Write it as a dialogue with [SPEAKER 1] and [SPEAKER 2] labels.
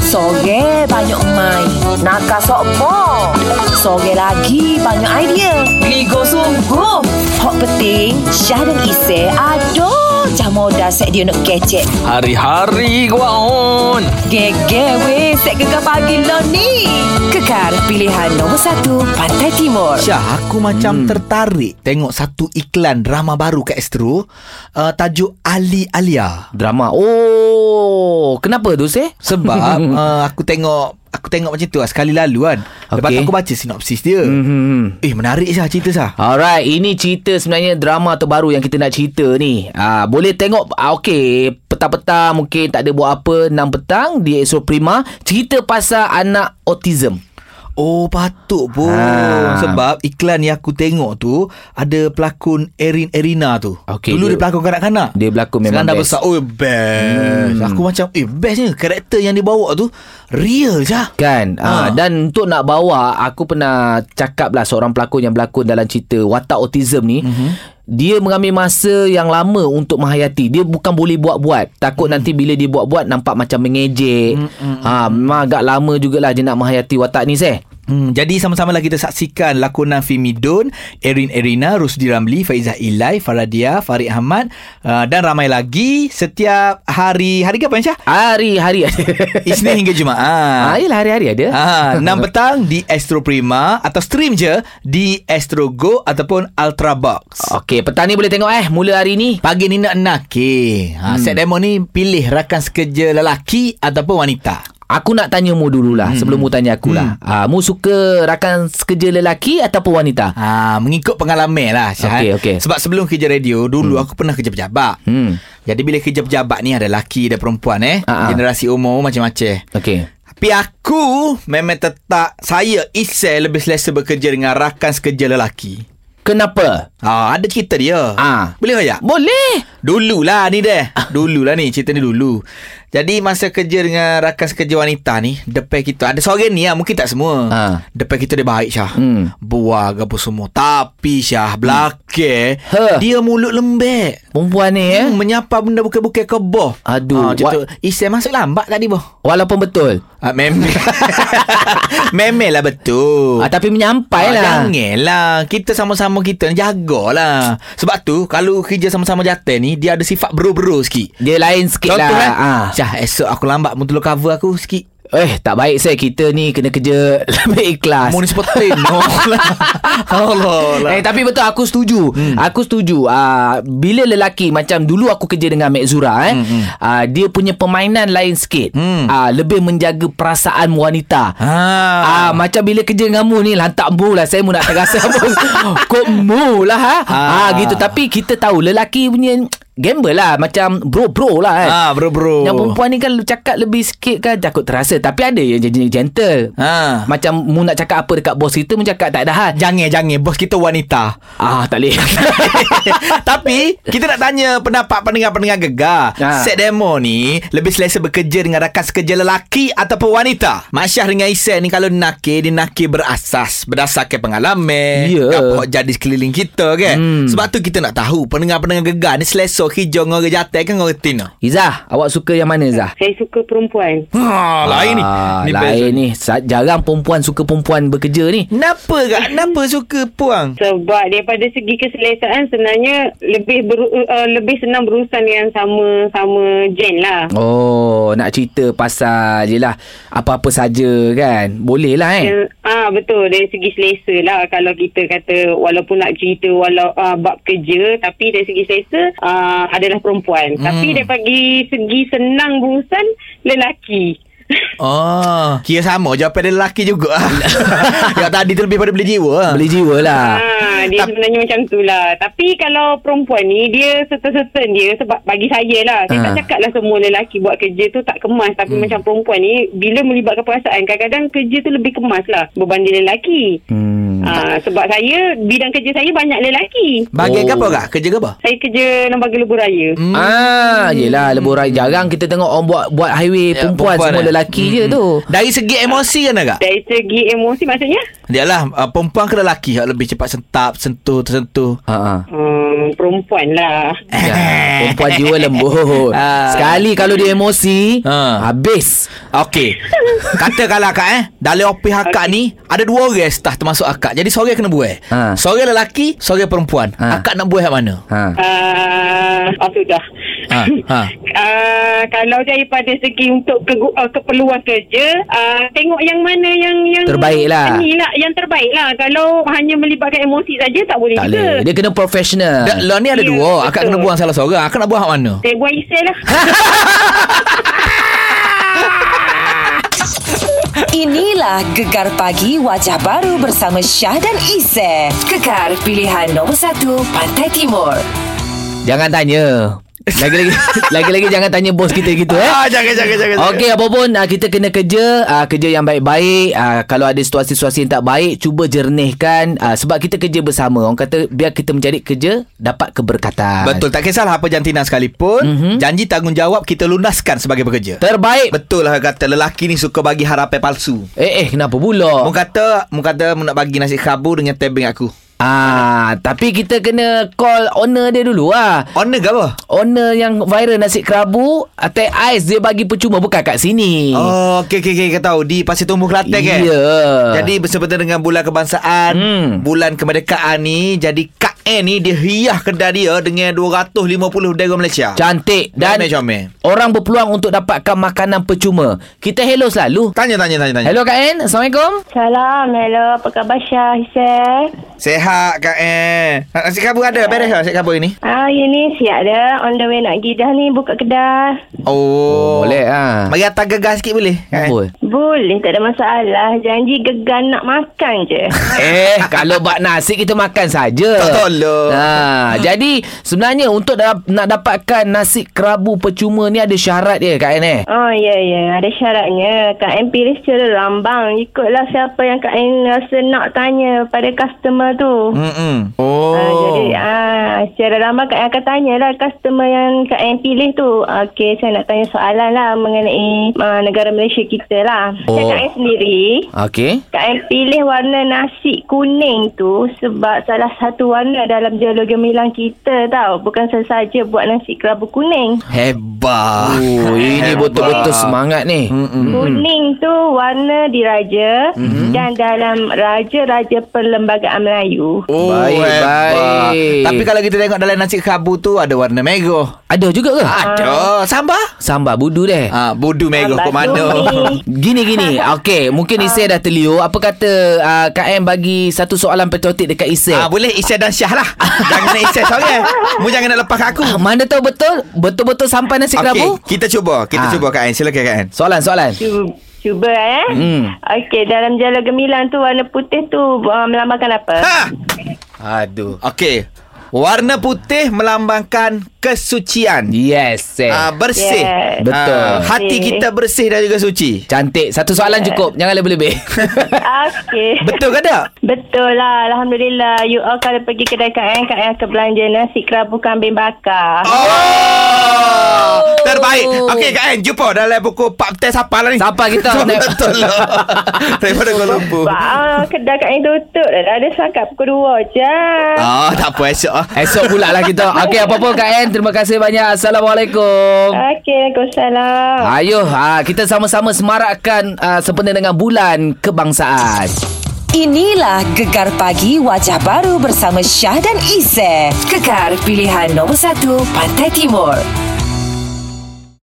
[SPEAKER 1] Sore banyak mai Nakal sokbo Sore lagi banyak idea Geligo sungguh Hok penting Syah dan Isai Aduh Jamu dah set dia nak kecek
[SPEAKER 2] Hari-hari gua on.
[SPEAKER 1] Gege weh Set gegar pagi lo ni Kekar pilihan nombor satu Pantai Timur
[SPEAKER 3] Syah, aku macam hmm. tertarik tengok satu iklan drama baru kat Astro. Uh, tajuk Ali Alia.
[SPEAKER 2] Drama. Oh, kenapa tu seh?
[SPEAKER 3] Sebab uh, aku tengok aku tengok macam tu lah sekali lalu kan. Lepas okay.
[SPEAKER 2] Okey.
[SPEAKER 3] aku baca sinopsis dia.
[SPEAKER 2] Mhm.
[SPEAKER 3] Eh, menarik Syah cerita Syah.
[SPEAKER 2] Alright, ini cerita sebenarnya drama terbaru yang kita nak cerita ni. Ah, boleh tengok ah, okey, petang-petang mungkin tak ada buat apa 6 petang di Exo Prima cerita pasal anak autism.
[SPEAKER 3] Oh, patut pun.
[SPEAKER 2] Ha.
[SPEAKER 3] Sebab iklan yang aku tengok tu ada pelakon Erin Erina tu.
[SPEAKER 2] Okey,
[SPEAKER 3] Dulu dia,
[SPEAKER 2] dia-
[SPEAKER 3] pelakon kanak-kanak.
[SPEAKER 2] Dia berlakon
[SPEAKER 3] Sekarang
[SPEAKER 2] memang
[SPEAKER 3] dah
[SPEAKER 2] best. Hmm.
[SPEAKER 3] besar. Oh, best. Aku macam, eh, bestnya karakter yang dia bawa tu real Syah.
[SPEAKER 2] Kan
[SPEAKER 3] Ha.
[SPEAKER 2] ha. Dan untuk nak bawa Aku pernah cakap lah Seorang pelakon yang berlakon Dalam cerita Watak Autism ni mm-hmm. Dia mengambil masa yang lama Untuk menghayati Dia bukan boleh buat-buat Takut mm. nanti bila dia buat-buat Nampak macam mengejek mm, ha, Memang agak lama jugalah Dia nak menghayati watak ni Seh
[SPEAKER 3] Hmm, jadi sama-sama lah kita saksikan lakonan Fimi Don, Erin Erina, Rusdi Ramli, Faizah Ilai, Faradia, Farid Ahmad uh, dan ramai lagi setiap hari hari ke apa Syah?
[SPEAKER 2] Hari-hari ada
[SPEAKER 3] Isnin hingga
[SPEAKER 2] ha,
[SPEAKER 3] Jumaat.
[SPEAKER 2] Yelah hari-hari ada ha.
[SPEAKER 3] Ah, 6 petang di Astro Prima atau stream je di Astro Go ataupun Ultra Box.
[SPEAKER 2] Okey petang ni boleh tengok eh Mula hari ni
[SPEAKER 3] Pagi ni nak nakir. Ha, Set demo ni pilih rakan sekerja lelaki ataupun wanita.
[SPEAKER 2] Aku nak tanya mu dululah hmm. Sebelum mu tanya akulah hmm. ha, Mu suka rakan sekerja lelaki Ataupun wanita
[SPEAKER 3] Ha, mengikut pengalaman lah Syah.
[SPEAKER 2] Okey, okey.
[SPEAKER 3] Sebab sebelum kerja radio dulu hmm. aku pernah kerja pejabat.
[SPEAKER 2] Hmm
[SPEAKER 3] Jadi bila kerja pejabat ni ada lelaki ada perempuan eh.
[SPEAKER 2] Ah, ah.
[SPEAKER 3] Generasi umur macam-macam.
[SPEAKER 2] Okey
[SPEAKER 3] Tapi aku memang tetap saya Isel lebih selesa bekerja dengan rakan sekerja lelaki.
[SPEAKER 2] Kenapa?
[SPEAKER 3] Ha, ada cerita dia.
[SPEAKER 2] Ah.
[SPEAKER 3] Boleh ajak?
[SPEAKER 2] Boleh.
[SPEAKER 3] Dululah ni deh. Dululah ni cerita ni dulu. Jadi masa kerja dengan rakan sekerja wanita ni, depan kita ada seorang ni lah, mungkin tak semua.
[SPEAKER 2] Ha.
[SPEAKER 3] Depan kita dia baik Syah.
[SPEAKER 2] Hmm.
[SPEAKER 3] Buah ke apa semua. Tapi Syah belakang
[SPEAKER 2] Ha.
[SPEAKER 3] dia mulut lembek.
[SPEAKER 2] Perempuan ni eh.
[SPEAKER 3] Hmm, menyapa benda bukan-bukan ke boh. Ha,
[SPEAKER 2] Aduh,
[SPEAKER 3] macam tu. Isai masuk lambat tadi boh.
[SPEAKER 2] Walaupun betul.
[SPEAKER 3] Ah, memel. memel lah betul.
[SPEAKER 2] Ah, tapi menyampai lah.
[SPEAKER 3] Janganlah Kita sama-sama kita ni Jagalah Sebab tu Kalau kerja sama-sama jatuh ni Dia ada sifat bro-bro sikit
[SPEAKER 2] Dia lain sikit
[SPEAKER 3] Contoh
[SPEAKER 2] lah.
[SPEAKER 3] kan
[SPEAKER 2] Ah.
[SPEAKER 3] Syah esok aku lambat Muntulur cover aku sikit
[SPEAKER 2] Eh, tak baik saya. Kita ni kena kerja lebih ikhlas.
[SPEAKER 3] Mau ni seperti No lah Allah lah
[SPEAKER 2] Eh tapi betul aku setuju. Hmm. Aku setuju. Uh, bila lelaki macam dulu aku kerja dengan Mek Zura eh, hmm, Uh, dia punya permainan lain sikit.
[SPEAKER 3] Hmm.
[SPEAKER 2] Hmm. Uh, lebih menjaga perasaan wanita. Ah, ah
[SPEAKER 3] Ah,
[SPEAKER 2] macam bila kerja dengan mu ni lantak mu lah saya mu nak terasa apa. Kok mu lah ha. Ah. ah
[SPEAKER 3] Ah.
[SPEAKER 2] gitu tapi kita tahu lelaki punya gamble lah macam bro-bro lah kan. Ah.
[SPEAKER 3] ah bro-bro
[SPEAKER 2] Yang perempuan ni kan cakap lebih sikit kan takut terasa tapi ada yang jadi gentle.
[SPEAKER 3] Ah.
[SPEAKER 2] Macam mu nak cakap apa dekat bos kita mu cakap tak ada hal.
[SPEAKER 3] Jangan-jangan Bos kita wanita
[SPEAKER 2] Ah tak boleh.
[SPEAKER 3] Tapi Kita nak tanya Pendapat pendengar-pendengar gegar ha.
[SPEAKER 2] Ah.
[SPEAKER 3] Set demo ni Lebih selesa bekerja Dengan rakan sekerja lelaki Ataupun wanita Mak Syah dengan Isai ni Kalau nakir Dia nakir berasas Berdasarkan pengalaman
[SPEAKER 2] Ya.
[SPEAKER 3] Apa yang jadi sekeliling kita kan hmm. Sebab tu kita nak tahu Pendengar-pendengar gegar ni Selesa hijau Dengan orang jatah kan Orang tina
[SPEAKER 2] Izah, awak suka yang mana Izah?
[SPEAKER 4] Saya suka perempuan.
[SPEAKER 3] ha, Lain ni
[SPEAKER 2] Ah,
[SPEAKER 3] best.
[SPEAKER 2] lain ni. Sa- Jarang perempuan suka perempuan bekerja ni.
[SPEAKER 3] Kenapa kak? Kenapa suka puang?
[SPEAKER 4] Sebab daripada segi keselesaan sebenarnya lebih beru, uh, lebih senang berurusan dengan sama-sama gen lah.
[SPEAKER 2] Oh, nak cerita pasal je lah apa-apa saja kan. Boleh lah eh.
[SPEAKER 4] Eh, Ah betul dari segi selesa lah kalau kita kata walaupun nak cerita walau ah, bab kerja tapi dari segi selesa ah, adalah perempuan hmm. tapi daripada segi senang berurusan lelaki
[SPEAKER 3] Oh Kira sama Jawapan dia lelaki juga Yang tadi tu lebih pada beli jiwa
[SPEAKER 2] Beli jiwa lah.
[SPEAKER 4] Ah, dia
[SPEAKER 3] Tap-
[SPEAKER 4] sebenarnya macam tu lah. Tapi kalau perempuan ni, dia certain-certain dia sebab bagi saya lah. Saya
[SPEAKER 2] Ah.
[SPEAKER 4] tak cakap lah semua lelaki buat kerja tu tak kemas. Tapi macam perempuan ni, bila melibatkan perasaan, kadang-kadang kerja tu lebih kemas lah berbanding lelaki.
[SPEAKER 2] Hmm.
[SPEAKER 4] Ah, sebab saya, bidang kerja saya banyak lelaki.
[SPEAKER 3] Bagian
[SPEAKER 2] Oh.
[SPEAKER 3] oh. apa kak? Kerja ke apa?
[SPEAKER 4] Saya kerja lembaga lebuh raya.
[SPEAKER 2] Hmm. Ah, yelah lebih orang jarang kita tengok orang buat buat highway ya, perempuan, perempuan semua eh. lelaki hmm. je tu.
[SPEAKER 3] Dari segi emosi kan kak?
[SPEAKER 4] Dari segi emosi maksudnya?
[SPEAKER 3] Dia lah uh, perempuan ke lelaki yang lebih cepat sentap, sentuh, tersentuh.
[SPEAKER 2] Ha ah.
[SPEAKER 4] Hmm, perempuan lah.
[SPEAKER 2] Ya, perempuan jiwa lembut.
[SPEAKER 3] Ah.
[SPEAKER 2] Sekali kalau dia emosi,
[SPEAKER 3] Ah.
[SPEAKER 2] habis.
[SPEAKER 3] Okey. Katakanlah akak eh, dalam opih akak ni ada dua orang staff termasuk akak. Jadi seorang kena buai.
[SPEAKER 2] Ha.
[SPEAKER 3] Seorang lelaki, seorang perempuan.
[SPEAKER 2] Ha.
[SPEAKER 3] Akak nak buai hak mana?
[SPEAKER 2] Ha.
[SPEAKER 4] Uh, oh, sudah.
[SPEAKER 3] Ha, ha.
[SPEAKER 4] Uh, kalau daripada segi untuk ke, uh, keperluan kerja, uh, tengok yang mana yang yang
[SPEAKER 2] Terbaik lah.
[SPEAKER 4] Ni lah yang terbaik lah. Kalau hanya melibatkan emosi saja tak boleh
[SPEAKER 2] Tak
[SPEAKER 4] juga.
[SPEAKER 2] boleh. Dia kena profesional.
[SPEAKER 3] Dah, Lah ni ada
[SPEAKER 4] Ya,
[SPEAKER 3] dua. Akak
[SPEAKER 4] betul.
[SPEAKER 3] kena buang salah seorang. Akak nak buang hak mana?
[SPEAKER 5] Eh?
[SPEAKER 4] Saya buat isel lah.
[SPEAKER 2] Ha?
[SPEAKER 1] Inilah Gegar Pagi Wajah Baru bersama Syah dan Isy. Gegar pilihan nombor 1 Pantai Timur.
[SPEAKER 2] Jangan tanya. Lagi-lagi lagi-lagi jangan tanya bos kita gitu eh.
[SPEAKER 3] Ah, jangan, jangan, jangan.
[SPEAKER 2] Okey apapun uh, kita kena kerja uh, kerja yang baik-baik uh, kalau ada situasi-situasi yang tak baik cuba jernihkan uh, sebab kita kerja bersama orang kata biar kita mencari kerja dapat keberkatan
[SPEAKER 3] Ah. Betul. Tak kisahlah apa jantina sekalipun. Mm-hmm. Janji tanggungjawab kita lunaskan sebagai pekerja.
[SPEAKER 2] terbaik
[SPEAKER 3] Betul lah kata lelaki ni suka bagi harapan palsu.
[SPEAKER 2] eh eh kenapa
[SPEAKER 3] Oh. Mu
[SPEAKER 2] pula
[SPEAKER 3] kata, mu kata mu nak bagi nasi khabu dengan tebing aku.
[SPEAKER 2] ah tapi kita kena call owner dia dulu ah
[SPEAKER 3] Honor ke apa?
[SPEAKER 2] owner yang viral nasi kerabu atas ais dia bagi percuma bukan kat sini
[SPEAKER 3] Oh, okey okey okey kau tahu di Pasir Tumbuh Kelantan kan.
[SPEAKER 2] Ya.
[SPEAKER 3] Jadi bersempena dengan bulan kebangsaan,
[SPEAKER 2] Hmm.
[SPEAKER 3] bulan kemerdekaan ni, jadi KN ni dia hias kedai dia dengan 250 daerah Malaysia.
[SPEAKER 2] Cantik dan
[SPEAKER 3] Comel-comel.
[SPEAKER 2] orang berpeluang untuk dapatkan makanan percuma. Kita hello selalu.
[SPEAKER 3] Tanya tanya tanya tanya.
[SPEAKER 2] Hello Kak En, Assalamualaikum.
[SPEAKER 5] Salam, hello. Apa khabar Syah, Hisel?
[SPEAKER 3] Sehat KN. Ha, Nasi kabur ada beres tak nasi kabur ni?
[SPEAKER 5] Ah, you ni siap dah. On the way nak pergi dah ni buka kedai.
[SPEAKER 3] Oh.
[SPEAKER 2] Boleh ah.
[SPEAKER 3] Mari hantar gegar sikit boleh? KN?
[SPEAKER 2] Boleh.
[SPEAKER 5] Boleh, tak ada masalah. Janji gegar nak makan je.
[SPEAKER 2] Eh, kalau bak nasi kita makan saja.
[SPEAKER 3] Tak tolong.
[SPEAKER 2] Ha, jadi sebenarnya untuk da- nak dapatkan nasi kerabu percuma ni ada syarat dia Kak En eh.
[SPEAKER 5] Oh, ya, ya. Ada syaratnya. Kak M pilih secara rambang. Ikutlah siapa yang Kak M rasa nak tanya pada customer tu.
[SPEAKER 3] Mm-mm.
[SPEAKER 5] Ah,
[SPEAKER 3] Oh.
[SPEAKER 5] jadi ah, secara lama Kak M akan tanyalah customer yang Kak M pilih tu. Okey, saya nak tanya soalan lah mengenai ah, negara Malaysia kita lah. Oh.
[SPEAKER 2] Oh.
[SPEAKER 5] Kak M sendiri,
[SPEAKER 2] Okey.
[SPEAKER 5] Kak Em pilih warna nasi kuning tu sebab salah satu warna dalam jalur gemilang kita tau. Bukan saja buat nasi kerabu kuning.
[SPEAKER 3] Hebat.
[SPEAKER 2] Oh, ini betul-betul semangat ni.
[SPEAKER 5] Hmm. Kuning tu warna diraja mm-hmm. dan dalam raja-raja perlembagaan Melayu.
[SPEAKER 3] Oh,
[SPEAKER 2] Baik,
[SPEAKER 3] hebat.
[SPEAKER 2] baik.
[SPEAKER 3] Tapi kalau kita tengok dalam nasi kabur tu ada warna merah.
[SPEAKER 2] Ada juga ke?
[SPEAKER 3] Ada. Sambal?
[SPEAKER 2] Sambal budu deh.
[SPEAKER 3] Ah, budu merah
[SPEAKER 5] Sambal
[SPEAKER 3] ke mana?
[SPEAKER 5] kuning.
[SPEAKER 2] Gini gini. Okey, mungkin
[SPEAKER 3] Ah.
[SPEAKER 2] Isai dah terliur. Apa kata uh, Kak M bagi satu soalan patriotik dekat Isai?
[SPEAKER 3] Ah, boleh Isya dan Syah lah. jangan nak Isya seorang. Mu jangan nak lepas kat aku.
[SPEAKER 2] Ah, Mana tahu betul Betul-betul sampai nasi okay. kerabu
[SPEAKER 3] kita cuba. Kita
[SPEAKER 2] Ah.
[SPEAKER 3] cuba Kak Ain. Silakan Kak Ain.
[SPEAKER 2] Soalan soalan
[SPEAKER 5] Cuba, cuba eh.
[SPEAKER 2] Hmm.
[SPEAKER 5] Okey, dalam jalur gemilang tu warna putih tu uh, melambangkan apa?
[SPEAKER 3] Ha!
[SPEAKER 2] Aduh
[SPEAKER 3] Okey. Warna putih melambangkan kesucian.
[SPEAKER 2] Yes eh.
[SPEAKER 3] Ah, bersih.
[SPEAKER 5] Yes.
[SPEAKER 2] Betul.
[SPEAKER 3] Ah, hati
[SPEAKER 5] Bersih.
[SPEAKER 3] kita bersih dan juga suci.
[SPEAKER 2] Cantik Satu soalan cukup Jangan lebih-lebih
[SPEAKER 5] Okey.
[SPEAKER 3] Betul ke tak?
[SPEAKER 5] Betul lah. Alhamdulillah. You all kalau pergi kedai Kak Em, Kak Em akan belanja nasi kerabu kambing bakar.
[SPEAKER 3] Oh! Terbaik. Okey Kak Ain, jumpa dalam buku Pak Teh Sapa lah ni.
[SPEAKER 2] Sapa kita.
[SPEAKER 3] Betul lah. Daripada Kuala Lumpur.
[SPEAKER 5] Wah, kedai kat ni tutup dah. Dah ada setakat pukul 2 je.
[SPEAKER 3] Ah, tak apa esok ah.
[SPEAKER 2] Esok pula lah kita Okey apa-apa Kak En Terima kasih banyak Assalamualaikum
[SPEAKER 5] Okey, Waalaikumsalam.
[SPEAKER 2] Ayuh ah, Kita sama-sama semarakkan ah, Sempena dengan bulan kebangsaan
[SPEAKER 1] Inilah Gegar Pagi Wajah Baru bersama Syah dan Isy. Gegar pilihan nombor 1 Pantai Timur.